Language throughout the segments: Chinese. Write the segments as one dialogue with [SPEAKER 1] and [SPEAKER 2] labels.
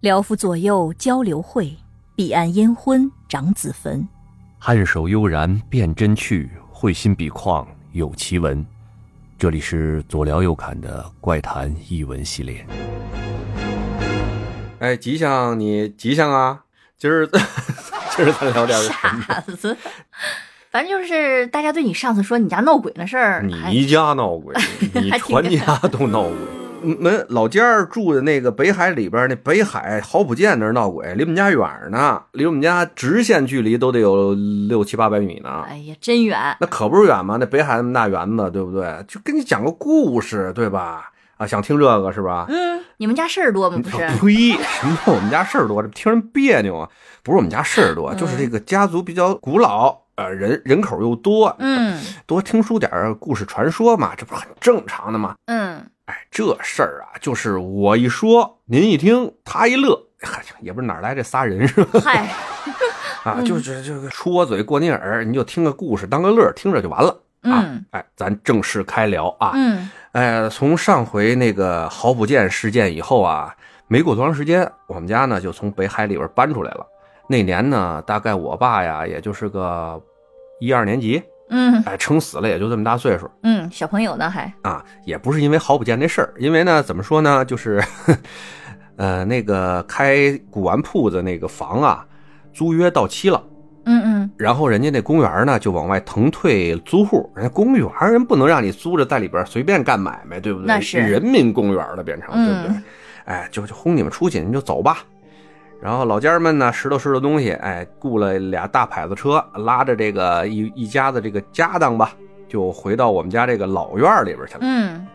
[SPEAKER 1] 辽府左右交流会，彼岸烟昏长子坟。
[SPEAKER 2] 颔首悠然辨真趣，会心笔况有奇文。这里是左聊右侃的怪谈译文系列。
[SPEAKER 3] 哎，吉祥，你吉祥啊！今儿 今儿咱聊点什么？
[SPEAKER 1] 傻子， 反正就是大家对你上次说你家闹鬼那事儿，还
[SPEAKER 3] 你家闹鬼，你
[SPEAKER 1] 还挺
[SPEAKER 3] 全家都闹鬼。门老家儿住的那个北海里边儿，那北海好普建那儿闹鬼，离我们家远儿呢，离我们家直线距离都得有六七八百米呢。
[SPEAKER 1] 哎呀真远。
[SPEAKER 3] 那可不是远吗？那北海那么大园子，对不对？就跟你讲个故事，对吧？啊，想听这个是吧？
[SPEAKER 1] 嗯，你们家事儿多吗？不是，
[SPEAKER 3] 呸！什么我们家事儿多，这听人别扭啊！不是我们家事儿多，
[SPEAKER 1] 嗯
[SPEAKER 3] 就是这个家族比较古老，呃，人人口又多，，
[SPEAKER 1] 嗯
[SPEAKER 3] 多听书点儿故事传说嘛，这不是很正常的吗？
[SPEAKER 1] 嗯，
[SPEAKER 3] 哎，这事儿啊，就是我一说，您一听，他一乐， 嗨，也不是哪儿来这仨人是吧？
[SPEAKER 1] 嗨， 嗯
[SPEAKER 3] 啊，就是这个戳嘴过你耳，你就听个故事当个乐儿，听着就完了。啊
[SPEAKER 1] 嗯
[SPEAKER 3] 哎，咱正式开聊啊！
[SPEAKER 1] 嗯
[SPEAKER 3] 哎，从上回那个郝普建事件以后啊，没过多长时间，我们家呢就从北海里边搬出来了。那年呢，大概我爸呀，也就是个一二年级，
[SPEAKER 1] 嗯
[SPEAKER 3] 哎，撑死了也就这么大岁数
[SPEAKER 1] 嗯，小朋友呢还，
[SPEAKER 3] 啊。也不是因为郝普建这事儿，因为呢，怎么说呢，就是，呵呵呃，那个开古玩铺子那个房啊，租约到期了。
[SPEAKER 1] 嗯嗯
[SPEAKER 3] 然后人家那公园呢，就往外腾退租户。人家公园人不能让你租着在里边随便干买卖，对不对？
[SPEAKER 1] 那是
[SPEAKER 3] 人民公园了，变成
[SPEAKER 1] 嗯
[SPEAKER 3] 对不对？哎，就就轰你们出去，你们就走吧。然后老家儿们呢，拾掇拾掇东西，哎，雇了俩大牌子车，拉着这个一一家子这个家当吧，就回到我们家这个老院儿里边去了。
[SPEAKER 1] 嗯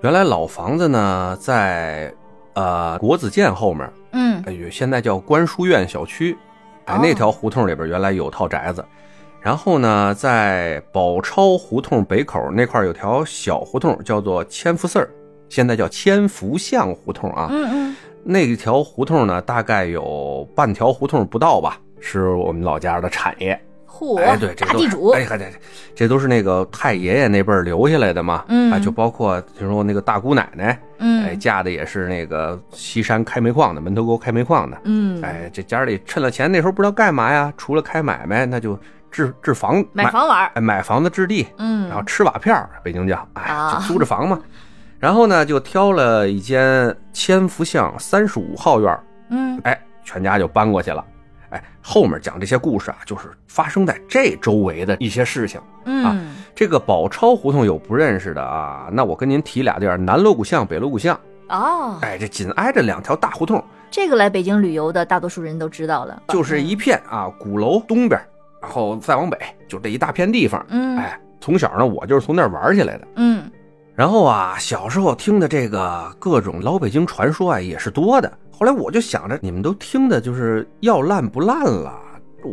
[SPEAKER 3] 原来老房子呢，在呃国子监后面，
[SPEAKER 1] 嗯
[SPEAKER 3] 哎呦，现在叫观书院小区，哎
[SPEAKER 1] 哦，
[SPEAKER 3] 那条胡同里边原来有套宅子，然后呢，在宝钞胡同北口那块有条小胡同，叫做千福寺儿，现在叫千福巷胡同啊。
[SPEAKER 1] 嗯嗯，
[SPEAKER 3] 那条胡同呢，大概有半条胡同不到吧，是我们老家的产业。
[SPEAKER 1] 嚯、
[SPEAKER 3] 哎，对，这
[SPEAKER 1] 大
[SPEAKER 3] 都
[SPEAKER 1] 地
[SPEAKER 3] 是
[SPEAKER 1] 主，
[SPEAKER 3] 哎，还对，这都是那个太爷爷那辈儿留下来的嘛。
[SPEAKER 1] 嗯
[SPEAKER 3] 啊，就包括听说那个大姑奶奶，哎，
[SPEAKER 1] 嗯
[SPEAKER 3] 嫁的也是那个西山开煤矿的，门头沟开煤矿的。
[SPEAKER 1] 嗯，
[SPEAKER 3] 哎，这家里趁了钱，那时候不知道干嘛呀，除了开买卖，那就置置房
[SPEAKER 1] 买房玩儿，
[SPEAKER 3] 哎买房子置地，
[SPEAKER 1] 嗯，
[SPEAKER 3] 然后吃瓦片儿，北京叫哎
[SPEAKER 1] 啊
[SPEAKER 3] 就租着房嘛。然后呢，就挑了一间千福巷三十五号院儿，
[SPEAKER 1] 嗯
[SPEAKER 3] 哎，全家就搬过去了。哎，后面讲这些故事啊，就是发生在这周围的一些事情。
[SPEAKER 1] 嗯
[SPEAKER 3] 这个宝钞胡同有不认识的啊，那我跟您提俩地儿：南锣鼓巷、北锣鼓巷。
[SPEAKER 1] 哦，
[SPEAKER 3] 哎，这紧挨着两条大胡同，
[SPEAKER 1] 这个来北京旅游的大多数人都知道了，
[SPEAKER 3] 就是一片啊鼓楼东边，然后再往北，就这一大片地方。
[SPEAKER 1] 嗯
[SPEAKER 3] 哎，从小呢，我就是从那儿玩起来的。
[SPEAKER 1] 嗯
[SPEAKER 3] 然后啊，小时候听的这个各种老北京传说啊，也是多的。后来我就想着，你们都听的就是要烂不烂了，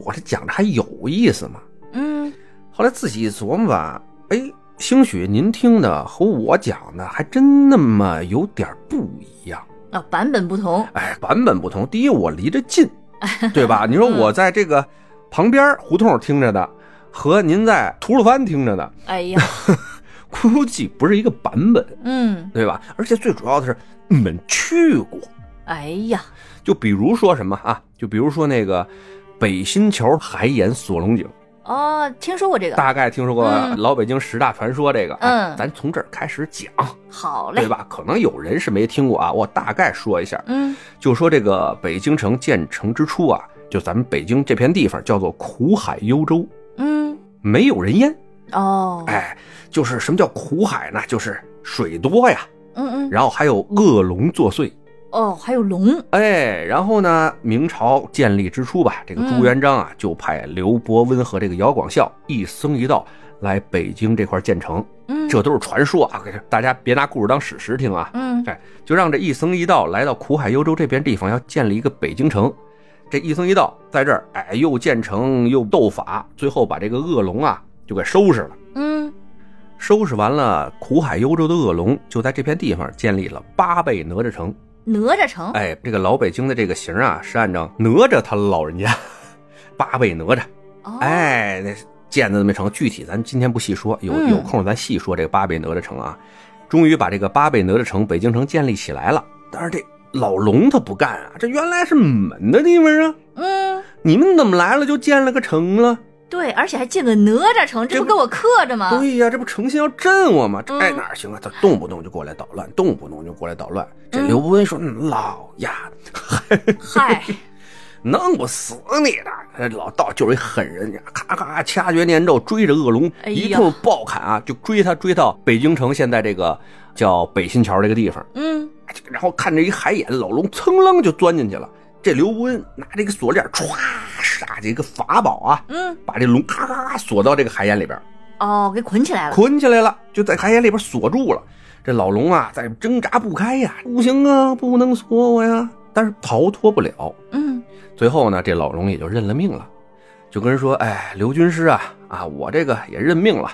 [SPEAKER 3] 我这讲着还有意思吗？
[SPEAKER 1] 嗯
[SPEAKER 3] 后来自己琢磨吧，哎，兴许您听的和我讲的还真那么有点不一样。
[SPEAKER 1] 啊、版本不同，
[SPEAKER 3] 哎，版本不同。第一，我离着 近，对吧？你说我
[SPEAKER 1] 嗯
[SPEAKER 3] 在这个旁边胡同听着的，和您在吐鲁番听 着的，
[SPEAKER 1] 哎呀，
[SPEAKER 3] 估计不是一个版本，
[SPEAKER 1] 嗯
[SPEAKER 3] 对吧？而且最主要的是，你们去过。
[SPEAKER 1] 哎呀，
[SPEAKER 3] 就比如说什么啊？就比如说那个北新桥海眼锁龙井，
[SPEAKER 1] 哦，听说过这个，
[SPEAKER 3] 大概听说过
[SPEAKER 1] 嗯
[SPEAKER 3] 老北京十大传说这个。哎
[SPEAKER 1] 嗯
[SPEAKER 3] 咱从这儿开始讲，
[SPEAKER 1] 好嘞，
[SPEAKER 3] 对吧？可能有人是没听过啊，我大概说一下。
[SPEAKER 1] 嗯
[SPEAKER 3] 就说这个北京城建成之初啊，就咱们北京这片地方叫做苦海幽州，
[SPEAKER 1] 嗯，
[SPEAKER 3] 没有人烟。
[SPEAKER 1] 哦，
[SPEAKER 3] 哎，就是什么叫苦海呢？就是水多呀，
[SPEAKER 1] 嗯嗯，
[SPEAKER 3] 然后还有恶龙作祟。
[SPEAKER 1] 哦，还有龙，
[SPEAKER 3] 哎，然后呢，明朝建立之初吧，这个朱元璋啊，
[SPEAKER 1] 嗯
[SPEAKER 3] 就派刘伯温和这个姚广孝一僧一道来北京这块建成，
[SPEAKER 1] 嗯，
[SPEAKER 3] 这都是传说啊，大家别拿故事当史实听啊。
[SPEAKER 1] 嗯
[SPEAKER 3] 哎，就让这一僧一道来到苦海幽州这边地方，要建立一个北京城。这一僧一道在这儿，哎，又建城又斗法，最后把这个恶龙啊就给收拾了。
[SPEAKER 1] 嗯，
[SPEAKER 3] 收拾完了苦海幽州的恶龙，就在这片地方建立了八倍哪吒城。
[SPEAKER 1] 哪吒城，
[SPEAKER 3] 哎，这个老北京的这个形啊，是按照哪吒他老人家 八倍哪吒，
[SPEAKER 1] 哦，
[SPEAKER 3] 哎，那建的那么成，具体咱今天不细说，有
[SPEAKER 1] 嗯
[SPEAKER 3] 有空咱细说这个八倍哪吒城啊。终于把这个八倍哪吒城北京城建立起来了，但是这老龙他不干啊，这原来是你们的地方啊，
[SPEAKER 1] 嗯，
[SPEAKER 3] 你们怎么来了就建了个城了？
[SPEAKER 1] 对，而且还建个哪吒城，这
[SPEAKER 3] 这
[SPEAKER 1] 不
[SPEAKER 3] 不
[SPEAKER 1] 给我刻着吗？
[SPEAKER 3] 对呀，这不诚心要震我吗？这
[SPEAKER 1] 啊嗯
[SPEAKER 3] 哪儿行啊？他动不动就过来捣乱，动不动就过来捣乱。这
[SPEAKER 1] 嗯
[SPEAKER 3] 刘伯温说：“嗯老呀，
[SPEAKER 1] 嗨，
[SPEAKER 3] 弄不死你的！”这老道就是一狠人，咔咔掐诀念咒，追着恶龙
[SPEAKER 1] 哎呀
[SPEAKER 3] 一通暴砍啊，就追他追到北京城现在这个叫北新桥这个地方，
[SPEAKER 1] 嗯，
[SPEAKER 3] 然后看着一海眼，老龙噌楞就钻进去了。这刘伯温拿这个锁链歘撒这个法宝啊，
[SPEAKER 1] 嗯，
[SPEAKER 3] 把这龙咔咔咔锁到这个海眼里边。
[SPEAKER 1] 哦，给捆起来了。
[SPEAKER 3] 捆起来了，就在海眼里边锁住了。这老龙啊，在挣扎不开呀，不行啊，不能锁我呀，但是逃脱不了。
[SPEAKER 1] 嗯，
[SPEAKER 3] 最后呢，这老龙也就认了命了，就跟人说：“哎，刘军师啊，啊，我这个也认命了，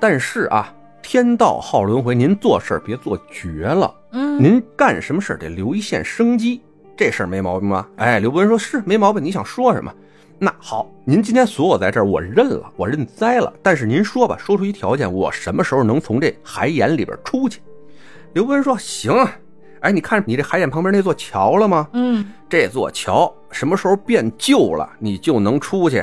[SPEAKER 3] 但是啊，天道好轮回，您做事儿别做绝了，
[SPEAKER 1] 嗯，
[SPEAKER 3] 您干什么事儿得留一线生机，这事儿没毛病吧？”哎，刘伯温说：“是没毛病，你想说什么？”那好，您今天锁我在这儿，我认了，我认栽了。但是您说吧，说出一条件，我什么时候能从这海眼里边出去？刘伯温说：“行啊，哎，你看你这海眼旁边那座桥了吗？
[SPEAKER 1] 嗯，
[SPEAKER 3] 这座桥什么时候变旧了，你就能出去。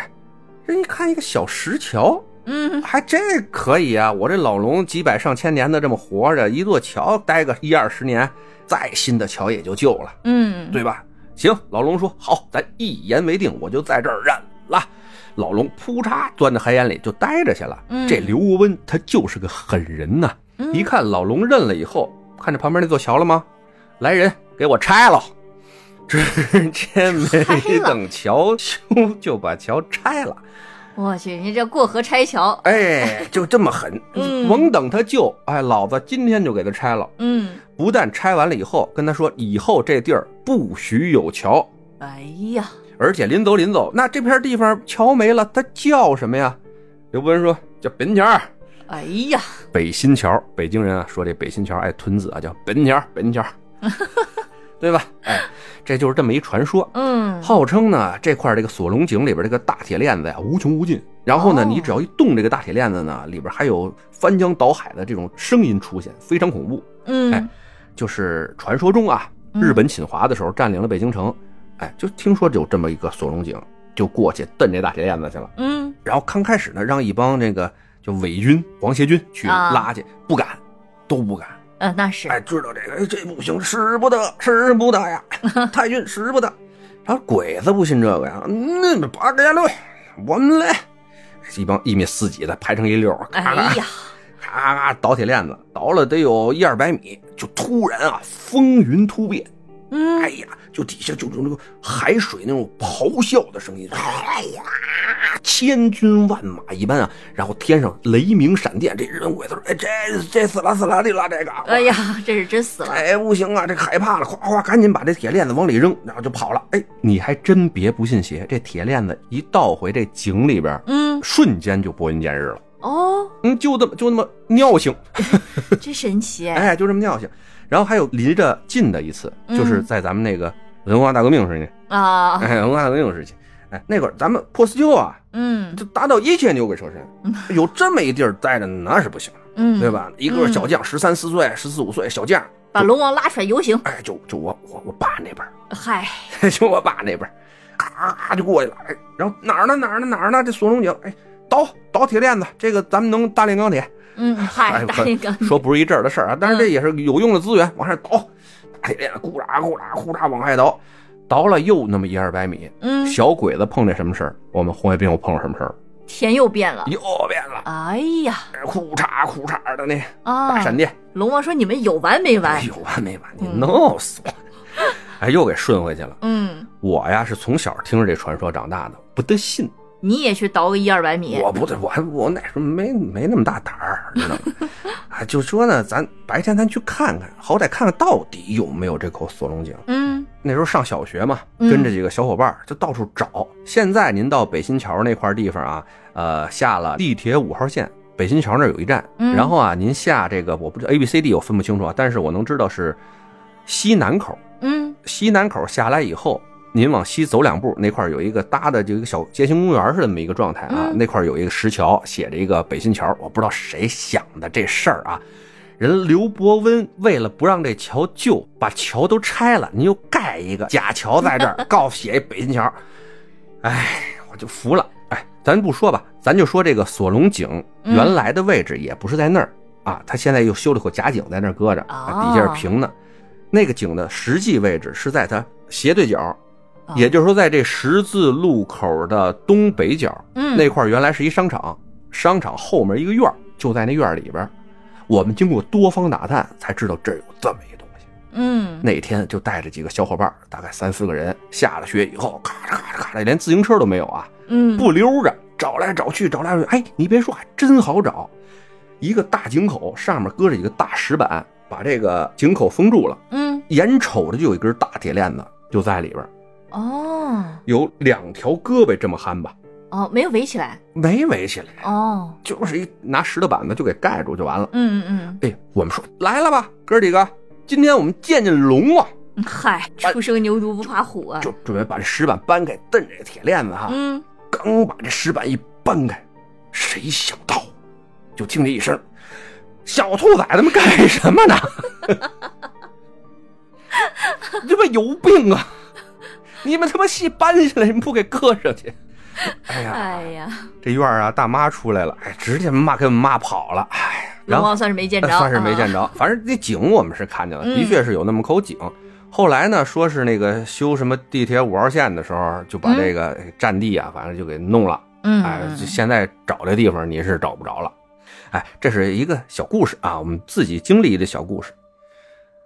[SPEAKER 3] 人一看一个小石桥，
[SPEAKER 1] 嗯，
[SPEAKER 3] 还这可以啊！我这老龙几百上千年的这么活着，一座桥待个一二十年，再新的桥也就旧了，
[SPEAKER 1] 嗯，
[SPEAKER 3] 对吧？行，老龙说好，咱一言为定，我就在这儿忍了。老龙扑嚓钻到海眼里就待着去了。
[SPEAKER 1] 嗯
[SPEAKER 3] 这刘伯温他就是个狠人呐、
[SPEAKER 1] 嗯
[SPEAKER 3] 一看老龙认了以后，看着旁边那座桥了吗？来人，给我拆了！直接没等桥修，就把桥拆了。
[SPEAKER 1] 我去，人家这过河拆桥，
[SPEAKER 3] 哎，就这么狠，
[SPEAKER 1] 嗯
[SPEAKER 3] 甭等他救，哎，老子今天就给他拆了。
[SPEAKER 1] 嗯，
[SPEAKER 3] 不但拆完了以后，跟他说以后这地儿不许有桥，
[SPEAKER 1] 哎呀，
[SPEAKER 3] 而且临走临走，那这片地方桥没了，他叫什么呀？刘伯温说叫本桥。
[SPEAKER 1] 哎呀，
[SPEAKER 3] 北新桥，北京人啊说这北新桥，哎，屯子啊叫本桥，本 桥，对吧？哎，这就是这么一传说。
[SPEAKER 1] 嗯，
[SPEAKER 3] 号称呢，这块这个锁龙井里边这个大铁链子呀、无穷无尽。然后呢，
[SPEAKER 1] 哦
[SPEAKER 3] 你只要一动这个大铁链子呢，里边还有翻江倒海的这种声音出现，非常恐怖。
[SPEAKER 1] 嗯，
[SPEAKER 3] 就是传说中啊，
[SPEAKER 1] 嗯
[SPEAKER 3] 日本侵华的时候占领了北京城，哎，就听说有这么一个锁龙井，就过去蹬这大铁链子去了。
[SPEAKER 1] 嗯，
[SPEAKER 3] 然后刚开始呢，让一帮这个就伪军、皇协军去
[SPEAKER 1] 啊
[SPEAKER 3] 拉去，不敢，都不敢。
[SPEAKER 1] 呃，那是，
[SPEAKER 3] 哎，知道这个，哎，这不行，使不得，使不 得呀，太君使不得。然后鬼子不信这个呀，那八个六，我们来，一帮一米四几的排成一溜儿，
[SPEAKER 1] 哎
[SPEAKER 3] 咔咔
[SPEAKER 1] 呀，
[SPEAKER 3] 咔咔倒铁链子，倒了得有一二百米，就突然啊风云突变，
[SPEAKER 1] 嗯
[SPEAKER 3] 哎，呀，就底下就就那个海水那种咆哮的声音，哗，千军万马一般啊，然后天上雷鸣闪电，这日本鬼子说，哎，这这死了死了的了，这个，啊
[SPEAKER 1] 哎呀，这是真死了，
[SPEAKER 3] 哎，不行啊，这害怕了，哗哗，赶紧把这铁链子往里扔，然后就跑了。哎，你还真别不信邪，这铁链子一倒回这井里边，
[SPEAKER 1] 嗯，
[SPEAKER 3] 瞬间就拨云见日了。
[SPEAKER 1] 哦，
[SPEAKER 3] 嗯，就这么就那么尿性，
[SPEAKER 1] 真神奇，
[SPEAKER 3] 哎，就这么尿性。然后还有离着近的一次，就是
[SPEAKER 1] 嗯在
[SPEAKER 3] 在咱们那个文化大革命时期，
[SPEAKER 1] 啊，
[SPEAKER 3] 哎，文化大革命时期，哎，那会儿咱们破四旧啊，
[SPEAKER 1] 嗯
[SPEAKER 3] 就达到一切牛鬼蛇神，有这么一地儿待着那是不行，
[SPEAKER 1] 嗯，
[SPEAKER 3] 对？吧？一个小将十三四岁、十四五岁小将，
[SPEAKER 1] 把龙王拉出来游行，
[SPEAKER 3] 哎，就就我我我爸那边儿。
[SPEAKER 1] 嗨，
[SPEAKER 3] 就我爸那边儿，咔咔就过去了。哎，然后哪儿呢哪儿呢哪儿呢？这锁龙井，哎，倒倒铁链子，这个咱们能大炼钢铁。
[SPEAKER 1] 嗯，嗨，
[SPEAKER 3] 哎
[SPEAKER 1] 打那个，
[SPEAKER 3] 说不是一阵儿的事儿啊，但是这
[SPEAKER 1] 嗯
[SPEAKER 3] 也是有用的资源，往上倒，大铁链子，咕啦咕啦呼啦往外倒，倒了又那么一二百米。
[SPEAKER 1] 嗯，
[SPEAKER 3] 小鬼子碰见什么事儿，我们红卫兵又碰上什么事儿，
[SPEAKER 1] 天又变了，
[SPEAKER 3] 又变了，
[SPEAKER 1] 哎呀，
[SPEAKER 3] 哎裤衩裤衩的那
[SPEAKER 1] 啊
[SPEAKER 3] 大，闪电，
[SPEAKER 1] 龙王说你们有完没完
[SPEAKER 3] 哎？有完没完？你
[SPEAKER 1] 嗯
[SPEAKER 3] 弄死我！ 哎，又给顺回去了。
[SPEAKER 1] 嗯，
[SPEAKER 3] 我呀是从小听着这传说长大的，不得信。
[SPEAKER 1] 你也去倒个一二百米，
[SPEAKER 3] 我不对，我还我那时候没没那么大胆儿，知道吗？ 啊，就说呢，咱白天咱去看看，好歹看看到底有没有这口锁龙井。
[SPEAKER 1] 嗯
[SPEAKER 3] 那时候上小学嘛，
[SPEAKER 1] 嗯
[SPEAKER 3] 跟着几个小伙伴儿就到处找。现在您到北新桥那块地方啊，呃，下了地铁五号线，北新桥那儿有一站，
[SPEAKER 1] 嗯
[SPEAKER 3] 然后啊，您下这个我不知道 A B C D 我分不清楚啊，但是我能知道是西南口。
[SPEAKER 1] 嗯
[SPEAKER 3] 西南口下来以后，您往西走两步，那块儿有一个搭的就一个小街心公园似的那么一个状态啊，
[SPEAKER 1] 嗯
[SPEAKER 3] 那块儿有一个石桥，写着一个北新桥，我不知道谁想的这事儿啊。人刘伯温为了不让这桥旧，把桥都拆了，你又盖一个假桥在这 儿，告写一北新桥。哎，我就服了。哎，咱不说吧，咱就说这个锁龙井
[SPEAKER 1] 嗯
[SPEAKER 3] 原来的位置也不是在那儿、啊，他现在又修了口假井在那儿搁着，啊底下
[SPEAKER 1] 哦
[SPEAKER 3] 是平的。那个井的实际位置是在它斜对角，
[SPEAKER 1] 哦
[SPEAKER 3] 也就是说在这十字路口的东北角。
[SPEAKER 1] 嗯
[SPEAKER 3] 那块儿原来是一商场，商场后面一个院儿，就在那院儿里边儿。我们经过多方打探，才知道这儿有这么一东西。
[SPEAKER 1] 嗯
[SPEAKER 3] 那天就带着几个小伙伴儿，大概三四个人，下了雪以后，咔嚓咔嚓咔嚓，连自行车都没有啊，
[SPEAKER 1] 嗯
[SPEAKER 3] 不溜着，找来找去，找来找去，哎，你别说，还真好找。一个大井口上面搁着一个大石板，把这个井口封住了，
[SPEAKER 1] 嗯
[SPEAKER 3] 眼瞅着就有一根大铁链子就在里边儿，
[SPEAKER 1] 哦
[SPEAKER 3] 有两条胳膊这么憨吧，
[SPEAKER 1] 哦，没有围起来
[SPEAKER 3] 没围起来。
[SPEAKER 1] 哦，
[SPEAKER 3] 就是一拿石头板子就给盖住就完了。
[SPEAKER 1] 嗯嗯
[SPEAKER 3] 哎，我们说来了吧，哥几个，今天我们见见龙啊，
[SPEAKER 1] 嗯，嗨，初生牛犊不怕虎啊，
[SPEAKER 3] 就准备把这石板搬开，蹬这铁链子哈。
[SPEAKER 1] 嗯
[SPEAKER 3] 刚把这石板一搬开，谁想到，就听见一声“小兔崽子们干什么呢？” 你们有病啊！你们他妈戏搬下来，你们不给搁上去？哎呀，
[SPEAKER 1] 哎呀，
[SPEAKER 3] 这院儿啊，大妈出来了，哎，直接骂给我们骂跑了。哎呀，然
[SPEAKER 1] 龙
[SPEAKER 3] 后
[SPEAKER 1] 王算是没见着，
[SPEAKER 3] 呃算是没见
[SPEAKER 1] 着，
[SPEAKER 3] 着。反正那井我们是看见了，
[SPEAKER 1] 嗯
[SPEAKER 3] 的确是有那么口井。后来呢，说是那个修什么地铁五号线的时候，就把
[SPEAKER 1] 嗯
[SPEAKER 3] 这个占地啊，反正就给弄了。
[SPEAKER 1] 嗯
[SPEAKER 3] 哎，这现在找这地方你是找不着了。哎，这是一个小故事啊，我们自己经历的小故事。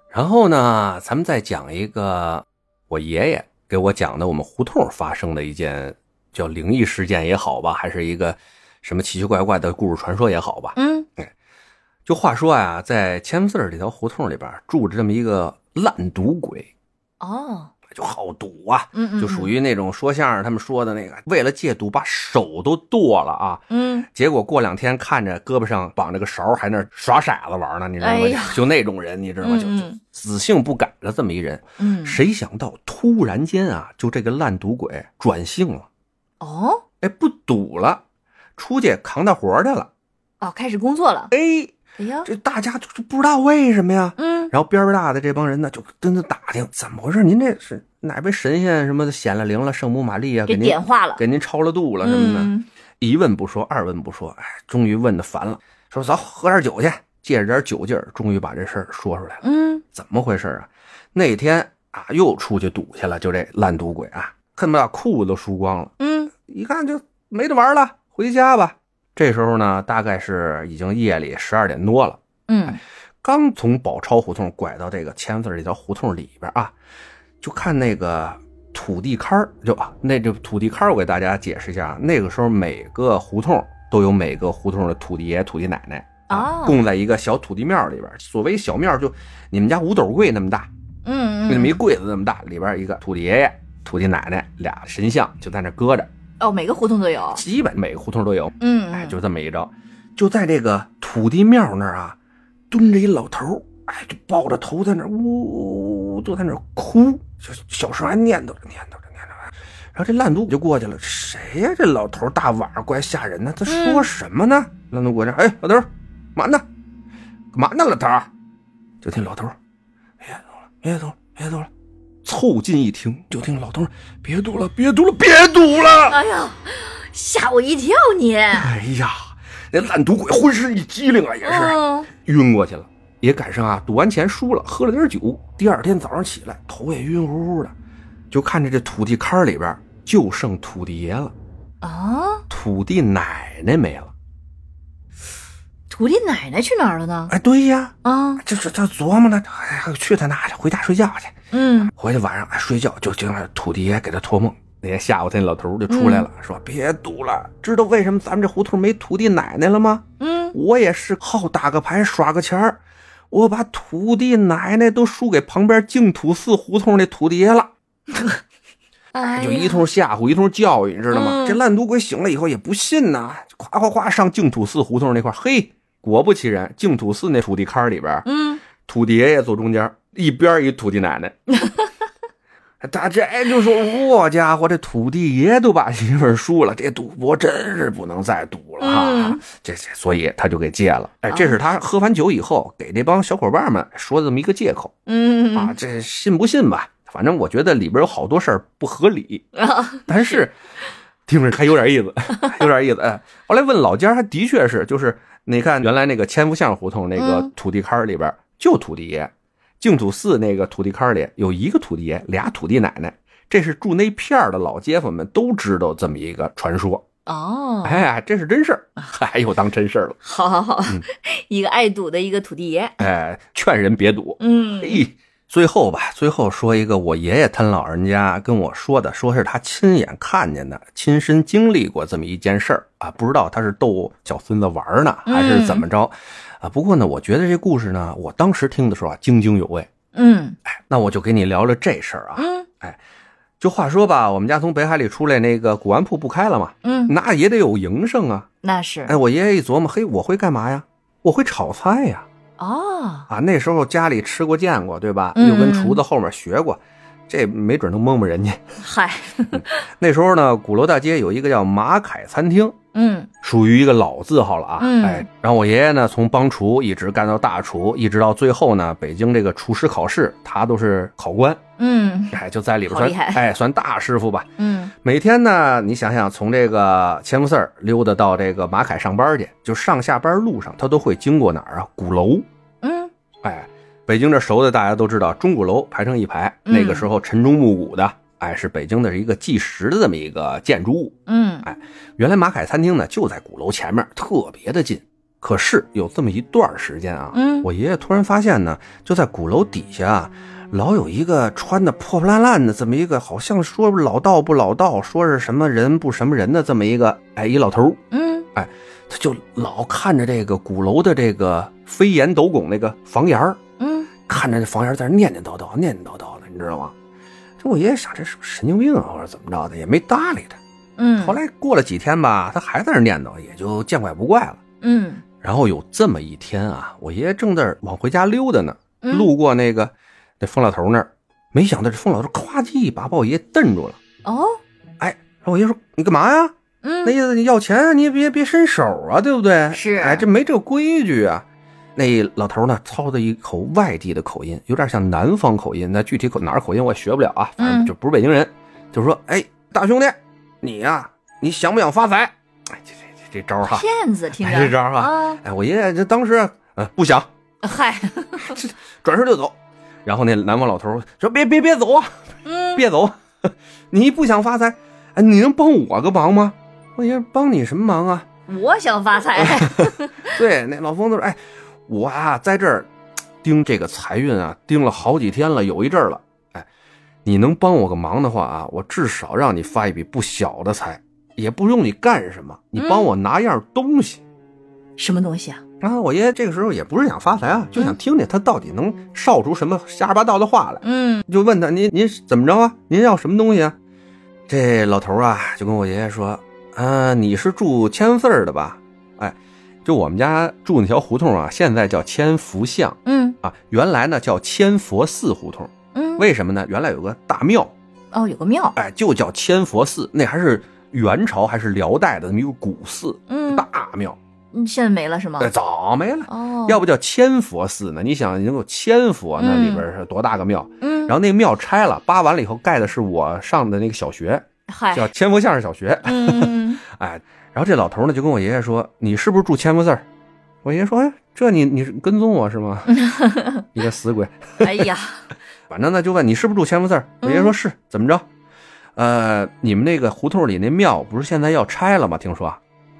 [SPEAKER 3] 然后呢，咱们再讲一个我爷爷给我讲的我们胡同发生的一件叫灵异事件也好吧，还是一个什么奇奇怪怪的故事传说也好吧。
[SPEAKER 1] 嗯
[SPEAKER 3] 就话说啊，在千木寺儿这条胡同里边儿住着这么一个烂赌鬼，
[SPEAKER 1] 哦
[SPEAKER 3] 就好赌啊，
[SPEAKER 1] 嗯嗯，
[SPEAKER 3] 就属于那种说相声他们说的那个，为了戒赌把手都剁了啊。
[SPEAKER 1] 嗯
[SPEAKER 3] 结果过两天看着胳膊上绑着个勺儿，还那儿耍骰子玩呢，你知道吗？
[SPEAKER 1] 哎呀
[SPEAKER 3] 就那种人，你知道吗？就
[SPEAKER 1] 嗯嗯
[SPEAKER 3] 就死性不改的这么一人。
[SPEAKER 1] 嗯
[SPEAKER 3] 谁想到突然间啊，就这个烂赌鬼转性了，
[SPEAKER 1] 哦
[SPEAKER 3] 哎，不赌了，出去扛大活儿去了。
[SPEAKER 1] 哦，开始工作了，
[SPEAKER 3] 哎，
[SPEAKER 1] 哎呀，
[SPEAKER 3] 这大家就就不知道为什么呀，
[SPEAKER 1] 嗯
[SPEAKER 3] 然后边儿大的这帮人呢，就跟他打听怎么回事，您这是哪位神仙什么的显了灵了，圣母玛利亚
[SPEAKER 1] 给
[SPEAKER 3] 给您
[SPEAKER 1] 点化了，
[SPEAKER 3] 给您超了度了什么的，
[SPEAKER 1] 嗯
[SPEAKER 3] 一问不说，二问不说，哎，终于问的烦了，说走喝点酒去，借着点酒劲儿，终于把这事儿说出来了，
[SPEAKER 1] 嗯
[SPEAKER 3] 怎么回事啊？那天啊又出去赌去了，就这烂赌鬼啊，恨不得把裤子都输光了，
[SPEAKER 1] 嗯
[SPEAKER 3] 一看就没得玩了，回家吧。这时候呢，大概是已经夜里十二点多了。
[SPEAKER 1] 嗯
[SPEAKER 3] 刚从宝钞胡同拐到这个千字这条胡同里边啊，就看那个土地坎儿，就啊，那就土地坎儿，我给大家解释一下啊，那个时候每个胡同都有每个胡同的土地爷、土地奶奶啊，
[SPEAKER 1] 哦
[SPEAKER 3] 供在一个小土地庙里边。所谓小庙，就你们家五斗柜那么大，
[SPEAKER 1] 嗯
[SPEAKER 3] 就那么
[SPEAKER 1] 嗯，
[SPEAKER 3] 一柜子那么大，里边一个土地爷爷、土地奶奶俩神像就在那搁着，
[SPEAKER 1] 哦，每个胡同都有，
[SPEAKER 3] 基本每个胡同都有。
[SPEAKER 1] 嗯，
[SPEAKER 3] 哎，就这么一招，就在这个土地庙那儿啊，蹲着一老头儿，哎，就抱着头在那儿呜呜呜，就在那儿哭，小小声还念叨着念叨着念叨着。然后这烂毒就过去了，谁呀、这老头儿大晚上怪吓人的，他说
[SPEAKER 1] 嗯
[SPEAKER 3] 什么呢？烂毒过去，哎，老头儿，嘛呢？干嘛呢，老头儿？就听老头儿，别动了，别动了，别动了。凑近一听，就听老头儿，别读了，别读了，别读了。
[SPEAKER 1] 哎呀，吓我一跳你！
[SPEAKER 3] 哎呀，那烂赌鬼浑身一激灵啊，也是
[SPEAKER 1] 嗯
[SPEAKER 3] 晕过去了。也赶上啊，赌完钱输了，喝了点酒。第二天早上起来，头也晕乎乎的，就看着这土地坎儿里边就剩土地爷了，
[SPEAKER 1] 啊，
[SPEAKER 3] 土地奶奶没了。
[SPEAKER 1] 徒弟奶奶去哪儿了呢？
[SPEAKER 3] 哎，对呀，
[SPEAKER 1] 啊，
[SPEAKER 3] 就是他琢磨呢，哎，去他那去，回家睡觉去。
[SPEAKER 1] 嗯
[SPEAKER 3] 回去晚上哎睡觉就就让土地爷给他托梦。那天下午，他那老头儿就出来了，说：“别赌了，知道为什么咱们这胡同没土地奶奶了吗？
[SPEAKER 1] 嗯，
[SPEAKER 3] 我也是好打个牌耍个钱儿，我把土地奶奶都输给旁边净土寺胡同那土地爷了，
[SPEAKER 1] 哎
[SPEAKER 3] 就
[SPEAKER 1] 呀
[SPEAKER 3] 一通吓唬，一通教育，你知道吗？
[SPEAKER 1] 嗯
[SPEAKER 3] 这烂赌鬼醒了以后也不信呐，就夸夸夸上净土寺胡同那块儿，嘿，果不其然，净土寺那土地坎儿里边儿，
[SPEAKER 1] 嗯
[SPEAKER 3] 土地爷爷坐中间，一边儿一土地奶奶。大家哎就说，我家伙这土地爷都把媳妇儿输了，这赌博真是不能再赌了哈。
[SPEAKER 1] 嗯
[SPEAKER 3] 这这，所以他就给戒了。哎，这是他喝完酒以后给那帮小伙伴们说的这么一个借口
[SPEAKER 1] 嗯
[SPEAKER 3] 啊。这信不信吧？反正我觉得里边有好多事儿不合理，
[SPEAKER 1] 啊
[SPEAKER 3] 但是 听着还有点意思， 有点意思。哎，后来问老家，还的确是，就是你看原来那个千福巷胡同那个
[SPEAKER 1] 嗯
[SPEAKER 3] 土地坎儿里边，就土地爷；净土寺那个土地坎儿里有一个土地爷，俩土地奶奶。这是住那片儿的老街坊们都知道这么一个传说，
[SPEAKER 1] 哦，
[SPEAKER 3] 哎，这是真事儿， 哎呦，当真事儿了，
[SPEAKER 1] 好好好
[SPEAKER 3] 嗯，
[SPEAKER 1] 一个爱赌的，一个土地爷，
[SPEAKER 3] 哎，劝人别赌。
[SPEAKER 1] 嗯
[SPEAKER 3] 哎，最后吧，最后说一个我爷爷他老人家跟我说的，说是他亲眼看见的，亲身经历过这么一件事儿啊，不知道他是逗小孙子玩儿呢，
[SPEAKER 1] 嗯
[SPEAKER 3] 还是怎么着、啊？不过呢，我觉得这故事呢，我当时听的时候啊，津津有味。
[SPEAKER 1] 嗯
[SPEAKER 3] 哎，那我就给你聊聊这事儿啊。
[SPEAKER 1] 嗯
[SPEAKER 3] 就话说吧，我们家从北海里出来，那个古玩铺不开了嘛，
[SPEAKER 1] 嗯，
[SPEAKER 3] 那也得有营生啊。
[SPEAKER 1] 那是
[SPEAKER 3] 哎，我爷爷一琢磨，嘿，我会干嘛呀？我会炒菜呀。
[SPEAKER 1] 哦，
[SPEAKER 3] 啊，那时候家里吃过见过，对吧？
[SPEAKER 1] 嗯
[SPEAKER 3] 又跟厨子后面学过，这没准能蒙蒙人家。
[SPEAKER 1] 嗨，
[SPEAKER 3] 那时候呢，鼓楼大街有一个叫马凯餐厅，
[SPEAKER 1] 嗯
[SPEAKER 3] 属于一个老字号了啊。
[SPEAKER 1] 嗯
[SPEAKER 3] 哎，然后我爷爷呢，从帮厨一直干到大厨，一直到最后呢，北京这个厨师考试，他都是考官，
[SPEAKER 1] 嗯
[SPEAKER 3] 哎，就在里边
[SPEAKER 1] 好厉害
[SPEAKER 3] 算哎算大师傅吧。
[SPEAKER 1] 嗯
[SPEAKER 3] 每天呢，你想想，从这个千福寺儿溜达到这个马凯上班去，就上下班路上，他都会经过哪儿啊？鼓楼。
[SPEAKER 1] 嗯
[SPEAKER 3] 哎，北京这熟的大家都知道，钟鼓楼排成一排。
[SPEAKER 1] 嗯
[SPEAKER 3] 那个时候晨钟暮鼓的，哎，是北京的一个计时的这么一个建筑物。
[SPEAKER 1] 嗯
[SPEAKER 3] 原来马凯餐厅呢就在鼓楼前面，特别的近。可是有这么一段时间啊，
[SPEAKER 1] 嗯
[SPEAKER 3] 我爷爷突然发现呢，就在鼓楼底下啊，老有一个穿的破破烂烂的这么一个，好像说老道不老道，说是什么人不什么人的这么一个，哎，一老头儿
[SPEAKER 1] 嗯
[SPEAKER 3] 他就老看着这个鼓楼的这个飞檐斗拱那个房檐儿，
[SPEAKER 1] 嗯
[SPEAKER 3] 看着这房檐在那念念叨叨、念念叨叨的，你知道吗？这我爷爷想这是不是神经病啊，或者怎么着的，也没搭理他。
[SPEAKER 1] 嗯，
[SPEAKER 3] 后来过了几天吧，他还在那念叨，也就见怪不怪了。
[SPEAKER 1] 嗯
[SPEAKER 3] 然后有这么一天啊，我爷爷正在往回家溜达呢，
[SPEAKER 1] 嗯
[SPEAKER 3] 路过那个那疯老头那儿，没想到这疯老头咵叽一把把我爷爷瞪住了。
[SPEAKER 1] 哦
[SPEAKER 3] 然后我爷爷说：“你干嘛呀？
[SPEAKER 1] 嗯
[SPEAKER 3] 那意思你要钱啊，你也别别伸手啊，对不对？
[SPEAKER 1] 是
[SPEAKER 3] 哎，这没这个规矩啊。那老头呢，操的一口外地的口音，有点像南方口音，那具体口哪儿口音我也学不了啊，反正
[SPEAKER 1] 嗯
[SPEAKER 3] 就不是北京人。就说，哎，大兄弟，你呀、你想不想发财？哎，这这这这招儿哈，
[SPEAKER 1] 骗子听着
[SPEAKER 3] 哎这招儿啊，
[SPEAKER 1] 啊
[SPEAKER 3] 哎，我爷爷这当时啊，呃不想，
[SPEAKER 1] 嗨
[SPEAKER 3] 转身就走。然后那南方老头说，别别别走啊，
[SPEAKER 1] 嗯
[SPEAKER 3] 别走，啊你不想发财，哎，你能帮我个忙吗？我爷爷帮你什么忙啊？
[SPEAKER 1] 我想发财
[SPEAKER 3] 哎 对，那老疯子说：“哎，我啊，在这儿盯这个财运啊，盯了好几天了，有一阵儿了。哎，你能帮我个忙的话啊，我至少让你发一笔不小的财，也不用你干什么，你帮我拿样东西。
[SPEAKER 1] 什么东西啊
[SPEAKER 3] 嗯然后我爷爷这个时候也不是想发财啊，就想
[SPEAKER 1] 嗯
[SPEAKER 3] 听听他到底能少出什么瞎八道的话来。
[SPEAKER 1] 嗯
[SPEAKER 3] 就问他您您是怎么着啊？您要什么东西啊？这老头啊就跟我爷爷说，啊，你是住千字儿的吧？哎，就我们家住那条胡同啊，现在叫千福巷
[SPEAKER 1] 嗯
[SPEAKER 3] 啊，原来呢叫千佛寺胡同。
[SPEAKER 1] 嗯
[SPEAKER 3] 为什么呢？原来有个大庙，
[SPEAKER 1] 哦有个庙
[SPEAKER 3] 哎，就叫千佛寺，那还是元朝还是辽代的那么一个古寺，
[SPEAKER 1] 嗯
[SPEAKER 3] 大庙，
[SPEAKER 1] 嗯现在没了是吗
[SPEAKER 3] 哎，早没了。
[SPEAKER 1] 哦
[SPEAKER 3] 要不叫千佛寺呢？你想能有千佛，那里
[SPEAKER 1] 嗯
[SPEAKER 3] 边是多大个庙？
[SPEAKER 1] 嗯
[SPEAKER 3] 然后那个庙拆了，扒完了以后盖的是我上的那个小学，
[SPEAKER 1] 嗨
[SPEAKER 3] 叫千佛巷小学。
[SPEAKER 1] 哎嗯
[SPEAKER 3] 哎，然后这老头呢就跟我爷爷说：“你是不是住千佛寺儿？”我爷爷说：“哎，这你你是跟踪我是吗？ 你个死鬼！
[SPEAKER 1] 哎呀
[SPEAKER 3] 反正呢就问你是不是住千佛寺儿？”我爷爷说
[SPEAKER 1] 嗯
[SPEAKER 3] 是，怎么着？呃，你们那个胡同里那庙不是现在要拆了吗？听说啊，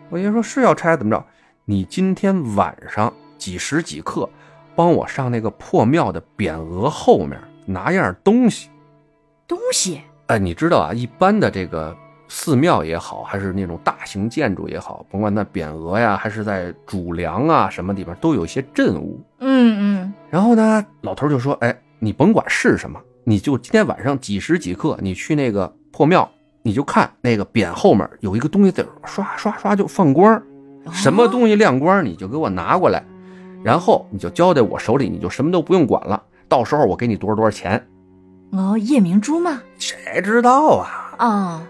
[SPEAKER 3] 我爷爷说是要拆，怎么着？你今天晚上几时几刻，帮我上那个破庙的匾额后面拿样东西。
[SPEAKER 1] 东西
[SPEAKER 3] 哎，你知道啊，一般的这个寺庙也好，还是那种大型建筑也好，甭管那匾额呀，还是在主梁啊什么地方，都有一些镇物。
[SPEAKER 1] 嗯嗯
[SPEAKER 3] 然后呢，老头就说：“哎，你甭管是什么，你就今天晚上几时几刻，你去那个破庙，你就看那个匾后面有一个东西在刷刷刷就放光，什么东西亮光你就给我拿过来，然后你就交在我手里，你就什么都不用管了。到时候我给你多少多少钱。”
[SPEAKER 1] 哦，夜明珠吗？
[SPEAKER 3] 谁知道啊？
[SPEAKER 1] 啊，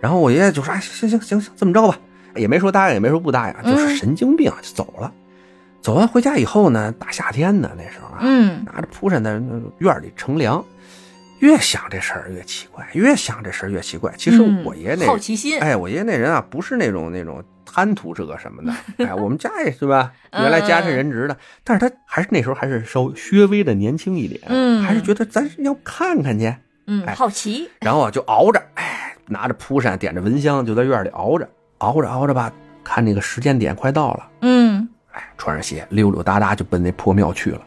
[SPEAKER 3] 然后我爷爷就说：“哎，行行行行，这么着吧，也没说答应，也没说不答应，
[SPEAKER 1] 嗯
[SPEAKER 3] 就是神经病啊，就走了。走完回家以后呢，大夏天呢，那时候啊，
[SPEAKER 1] 嗯
[SPEAKER 3] 拿着蒲扇在那院里乘凉，越想这事儿越奇怪，越想这事儿越奇怪。其实
[SPEAKER 1] 嗯
[SPEAKER 3] 我爷爷那、
[SPEAKER 1] 好奇心，
[SPEAKER 3] 哎，我爷爷那人啊，不是那种那种贪图这个什 么的，哎，我们家也是吧，原来家
[SPEAKER 1] 嗯
[SPEAKER 3] 是人直的，但是他还是那时候还是稍稍微的年轻一点，
[SPEAKER 1] 嗯
[SPEAKER 3] 还是觉得咱要看看去。
[SPEAKER 1] 嗯，
[SPEAKER 3] 哎
[SPEAKER 1] 好奇，
[SPEAKER 3] 然后啊就熬着，哎，拿着蒲扇，点着蚊香，就在院里熬着，熬着熬着吧，看那个时间点快到了，
[SPEAKER 1] 嗯
[SPEAKER 3] 哎，穿上鞋溜溜达达就奔那破庙去了。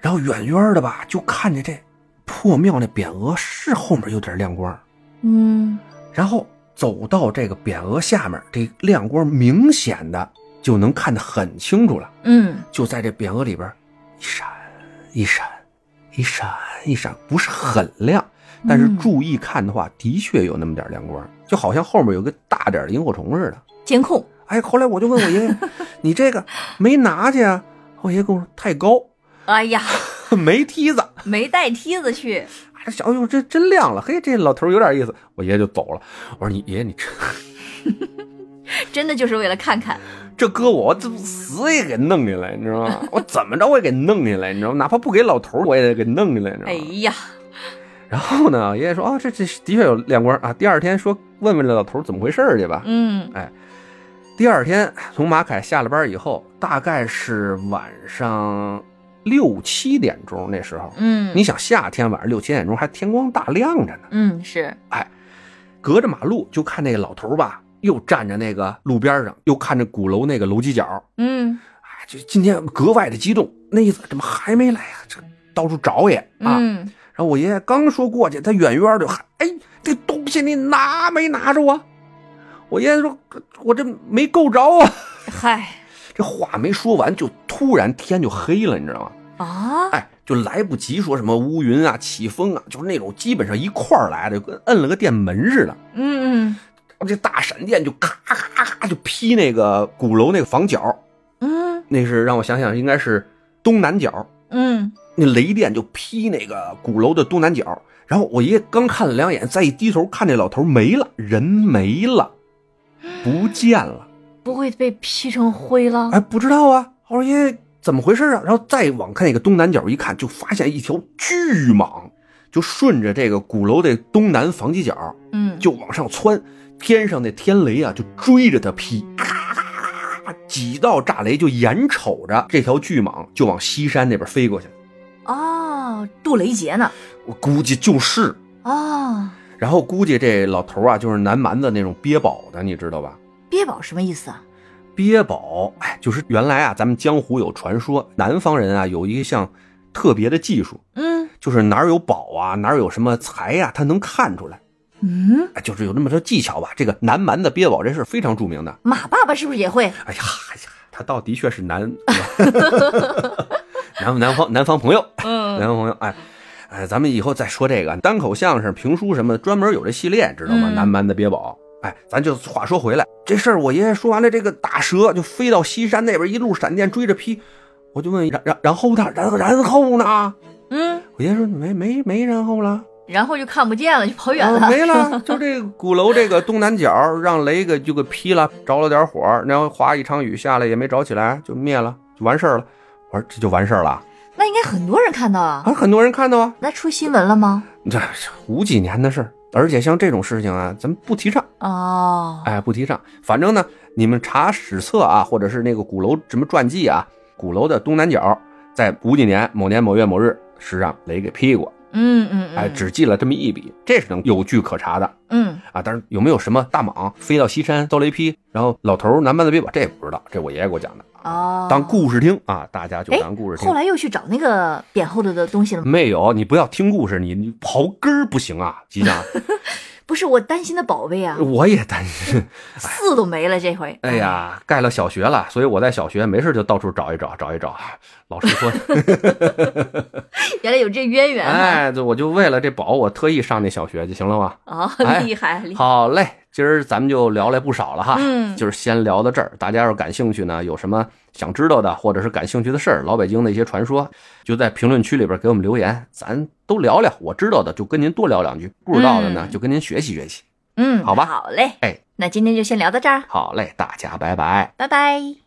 [SPEAKER 3] 然后远远的吧，就看见这破庙那匾额是后面有点亮光，
[SPEAKER 1] 嗯，
[SPEAKER 3] 然后走到这个匾额下面，这亮光明显的就能看得很清楚了，
[SPEAKER 1] 嗯，
[SPEAKER 3] 就在这匾额里边，一闪一闪，一闪一闪，不是很亮，但是
[SPEAKER 1] 嗯
[SPEAKER 3] 注意看的话，的确有那么点亮光，就好像后面有个大点的萤火虫似的。
[SPEAKER 1] 监控，
[SPEAKER 3] 哎，后来我就问我 爷爷：“你这个没拿去啊？”我爷爷跟我说：“太高，
[SPEAKER 1] 哎呀，
[SPEAKER 3] 没梯子。”
[SPEAKER 1] 没带梯子去，
[SPEAKER 3] 哎，这小友这真亮了，嘿，这老头儿有点意思。我爷爷就走了。我说：“你爷爷，你这
[SPEAKER 1] 真的就是为了看看，
[SPEAKER 3] 这搁我，我这不死也给弄进来，你知道吗？我怎么着我也给弄进来，你知道吗？哪怕不给老头儿，我也得给弄进来，你知道
[SPEAKER 1] 哎
[SPEAKER 3] 吗？”
[SPEAKER 1] 呀，
[SPEAKER 3] 然后呢，爷爷说：“啊、这这的确有亮光啊。”第二天说问问这老头儿怎么回事儿去吧。哎
[SPEAKER 1] 嗯
[SPEAKER 3] 第二天从马凯下了班以后，大概是晚上六七点钟那时候。
[SPEAKER 1] 嗯，
[SPEAKER 3] 你想夏天晚上六七点钟还天光大亮着呢，
[SPEAKER 1] 嗯是，
[SPEAKER 3] 隔着马路就看那个老头儿吧，又站着那个路边上，又看着鼓楼那个楼犄角，
[SPEAKER 1] 嗯
[SPEAKER 3] 哎，就今天格外的激动，那意思怎么还没来呀、这到处找也啊。
[SPEAKER 1] 嗯
[SPEAKER 3] 然后我爷爷刚说过去，他远远就喊：“哎，这东西你拿没拿着啊？”我爷爷说：“我这没够着啊。
[SPEAKER 1] 嗨”
[SPEAKER 3] 这话没说完，就突然天就黑了，你知道吗？
[SPEAKER 1] 啊，
[SPEAKER 3] 哎，就来不及说什么乌云啊、起风啊，就是那种基本上一块儿来的，就跟摁了个电门似的。
[SPEAKER 1] 嗯
[SPEAKER 3] 这大闪电就咔咔咔就劈那个鼓楼那个房角，
[SPEAKER 1] 嗯
[SPEAKER 3] 那是让我想想，应该是东南角。
[SPEAKER 1] 嗯
[SPEAKER 3] 那雷电就劈那个鼓楼的东南角。然后我爷爷刚看了两眼，再一低头看那老头没了，人没了，不见了。
[SPEAKER 1] 嗯，不会被劈成灰了，
[SPEAKER 3] 哎，不知道啊，我说爷爷怎么回事啊？然后再往看那个东南角一看，就发现一条巨蟒，就顺着这个鼓楼的东南房犄角
[SPEAKER 1] 嗯
[SPEAKER 3] 就往上窜，天上那天雷啊就追着他劈。咔咔咔咔几道炸雷就眼瞅着这条巨蟒就往西山那边飞过去，
[SPEAKER 1] 哦，杜雷杰呢？
[SPEAKER 3] 我估计就是
[SPEAKER 1] 哦，
[SPEAKER 3] 然后估计这老头啊，就是南蛮子那种憋宝的，你知道吧？
[SPEAKER 1] 憋宝什么意思啊？
[SPEAKER 3] 憋宝，哎，就是原来啊，咱们江湖有传说，南方人啊有一项特别的技术，
[SPEAKER 1] 嗯
[SPEAKER 3] 就是哪儿有宝啊，哪儿有什么财呀、他能看出来，
[SPEAKER 1] 嗯，
[SPEAKER 3] 哎，就是有那么多技巧吧。这个南蛮子憋宝这事儿非常著名的。
[SPEAKER 1] 马爸爸是不是也会？
[SPEAKER 3] 哎呀，哎呀，他倒的确是 南，南南方南方朋友，
[SPEAKER 1] 嗯
[SPEAKER 3] 南方朋友，哎。哎，咱们以后再说这个单口相声、评书什么的，专门有这系列，知道吗？
[SPEAKER 1] 嗯
[SPEAKER 3] 南蛮的憋宝。哎，咱就话说回来，这事儿我爷爷说完了，这个大蛇就飞到西山那边，一路闪电追着劈。我就问，然然然后呢？然然后呢？
[SPEAKER 1] 嗯，
[SPEAKER 3] 我爷爷说没没没然后了，
[SPEAKER 1] 然后就看不见了，就跑远了。
[SPEAKER 3] 啊 没了。就这个鼓楼这个东南角让雷给就给劈了，着了点火，然后哗一场雨下来也没着起来，就灭了，就完事儿了。我说这就完事儿了
[SPEAKER 1] 那应该很多人看到啊。
[SPEAKER 3] 啊！很多人看到啊，
[SPEAKER 1] 那出新闻了吗？
[SPEAKER 3] 这是五几年的事儿，而且像这种事情啊，咱们不提倡，
[SPEAKER 1] 哦，
[SPEAKER 3] 哎，不提倡。反正呢，你们查史册啊，或者是那个鼓楼什么传记啊，鼓楼的东南角，在五几年某年某月某日，是让雷给劈过，
[SPEAKER 1] 嗯嗯嗯，
[SPEAKER 3] 哎，只记了这么一笔，这是能有据可查的
[SPEAKER 1] 嗯
[SPEAKER 3] 啊。当然，有没有什么大蟒飞到西山遭雷劈，然后老头儿南蛮的别把，这也不知道，这我爷爷给我讲的，
[SPEAKER 1] 哦，哎
[SPEAKER 3] 当故事听啊，大家就当故事听
[SPEAKER 1] 后。来又去找那个扁后头的东西了吗？
[SPEAKER 3] 没有，你不要听故事，你你刨根儿不行啊，吉祥。
[SPEAKER 1] 不是，我担心的宝贝啊，
[SPEAKER 3] 我也担心。
[SPEAKER 1] 四都没了这回。
[SPEAKER 3] 哎，呀，盖了小学了，所以我在小学没事就到处找一找，找一找。老 师说，
[SPEAKER 1] 原来有这渊源啊！
[SPEAKER 3] 哎哎，这我就为了这宝，我特意上那小学就行了吗？
[SPEAKER 1] 哦
[SPEAKER 3] 哎，
[SPEAKER 1] 厉害厉害，
[SPEAKER 3] 好嘞，今儿咱们就聊来不少了哈，
[SPEAKER 1] 嗯
[SPEAKER 3] 就是先聊到这儿。大家要是感兴趣呢，有什么想知道的，或者是感兴趣的事儿，老北京的一些传说，就在评论区里边给我们留言，咱都聊聊。我知道的就跟您多聊两句，不知道的呢
[SPEAKER 1] 嗯
[SPEAKER 3] 就跟您学习学习。
[SPEAKER 1] 嗯，
[SPEAKER 3] 好吧
[SPEAKER 1] 好嘞，
[SPEAKER 3] 哎，
[SPEAKER 1] 那今天就先聊到这儿，
[SPEAKER 3] 好嘞，大家拜拜。
[SPEAKER 1] 拜拜。